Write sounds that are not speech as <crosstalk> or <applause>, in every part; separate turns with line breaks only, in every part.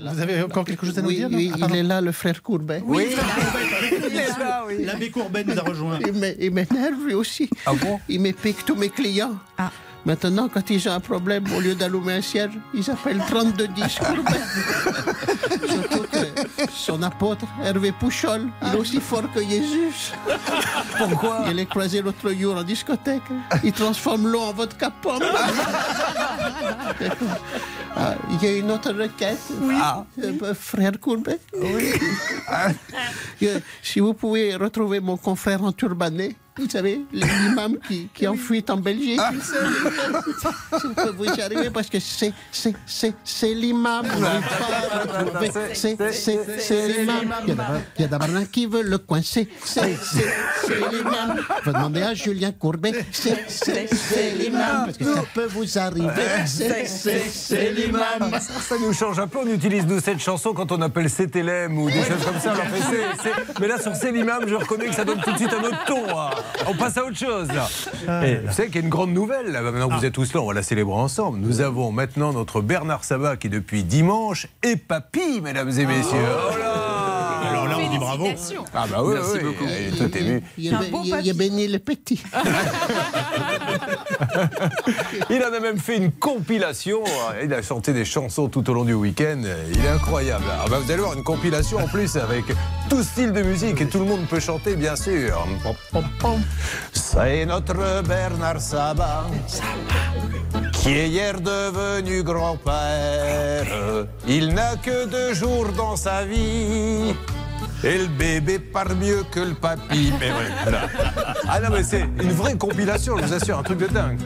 là.
Vous avez encore quelque chose à nous
Oui,
dire non
oui,
Ah,
il
pardon.
est là, le frère Courbet.
Oui,
Il est là. L'abbé Courbet nous a rejoint.
Il m'é- il m'énerve lui aussi.
Ah bon
Il me pique tous mes clients.
Ah.
Maintenant, quand ils ont un problème, au lieu d'allumer un cierge, ils appellent
<laughs>
3210 Courbet. Surtout que son apôtre, Hervé Pouchol, il est aussi fort que Jésus.
pourquoi
Il est croisé l'autre jour en discothèque. Il transforme l'eau en vodka
<laughs>
pomme. D'accord. Ah, Il y a une autre requête.
Ah.
Euh, bah, frère Courbet. Euh, si vous pouvez retrouver mon confrère en turbané, vous savez, l'imam qui, qui en fuite en Belgique. si vous pouvez y arriver, parce que c'est, c'est, c'est, c'est l'imam. On n'arrive pas à retrouver. C'est,
C'est- c'est-
c'est, c'est l'imam. Il y a d'abord- Il y a d'abord qui veut le coincer. C'est, c'est, c'est l'imam. Vous demandez à Julien Courbet. C'est, c'est, c'est l'imam. Parce que ça peut vous arriver. C'est, c'est, c'est l'imam.
Ah, ça, ça nous change un peu, on utilise nous cette chanson quand on appelle CTLM ou des choses comme ça. on leur fait c'est- c'est- Mais là sur C'est l'imam, je reconnais que ça donne tout de suite un autre ton. hein. On passe à autre chose. Là. Et vous savez qu'il y a une grande nouvelle, là. maintenant que vous êtes tous là, on va la célébrer ensemble. Nous avons maintenant notre Bernard Sabat qui depuis dimanche est papy, mesdames et messieurs. Oh là
Alors là, on dit bravo.
Ah bah oui, oui, beaucoup. Il est tout ému.
Il y a,
Un beau
il y a- il y a
papy.
béni le petit.
Il en a même fait une compilation. Il a chanté des chansons tout au long du week-end. Il est incroyable. Ah bah, vous allez voir une compilation en plus avec tout style de musique et tout le monde peut chanter, bien sûr. Pom, pom, pom. C'est notre Bernard Sabat qui est hier devenu grand-père. Il n'a que deux jours dans sa vie. Et le bébé part mieux que le papy. Mais ouais, voilà. Ah non, mais c'est une vraie compilation, je vous assure, un truc de dingue.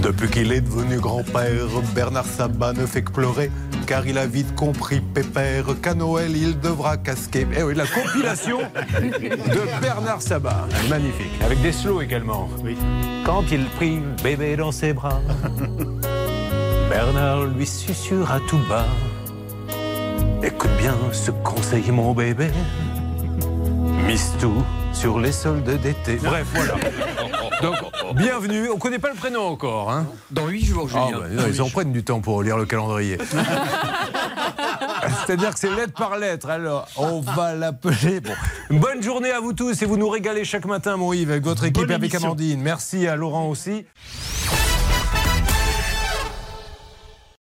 Depuis qu'il est devenu grand-père, Bernard Sabat ne fait que pleurer, car il a vite compris, pépère, qu'à Noël, il devra casquer. Eh oui, la compilation de Bernard Sabat. Magnifique. Avec des slows également.
Oui.
Quand il prit bébé dans ses <laughs> bras, Bernard lui susurra tout bas. Écoute bien ce conseil, mon bébé. Mise tout sur les soldes d'été. Bref, voilà. Donc, bienvenue. On connaît pas le prénom encore. Hein
Dans 8 jours,
Ah,
Julien.
bah, non, ils en prennent du temps pour lire le calendrier. <laughs> C'est-à-dire que c'est lettre par lettre. Alors, on va l'appeler. Bon. Bonne journée à vous tous et vous nous régalez chaque matin, mon Yves, avec votre équipe
Bonne
avec
émission.
Amandine. Merci à Laurent aussi.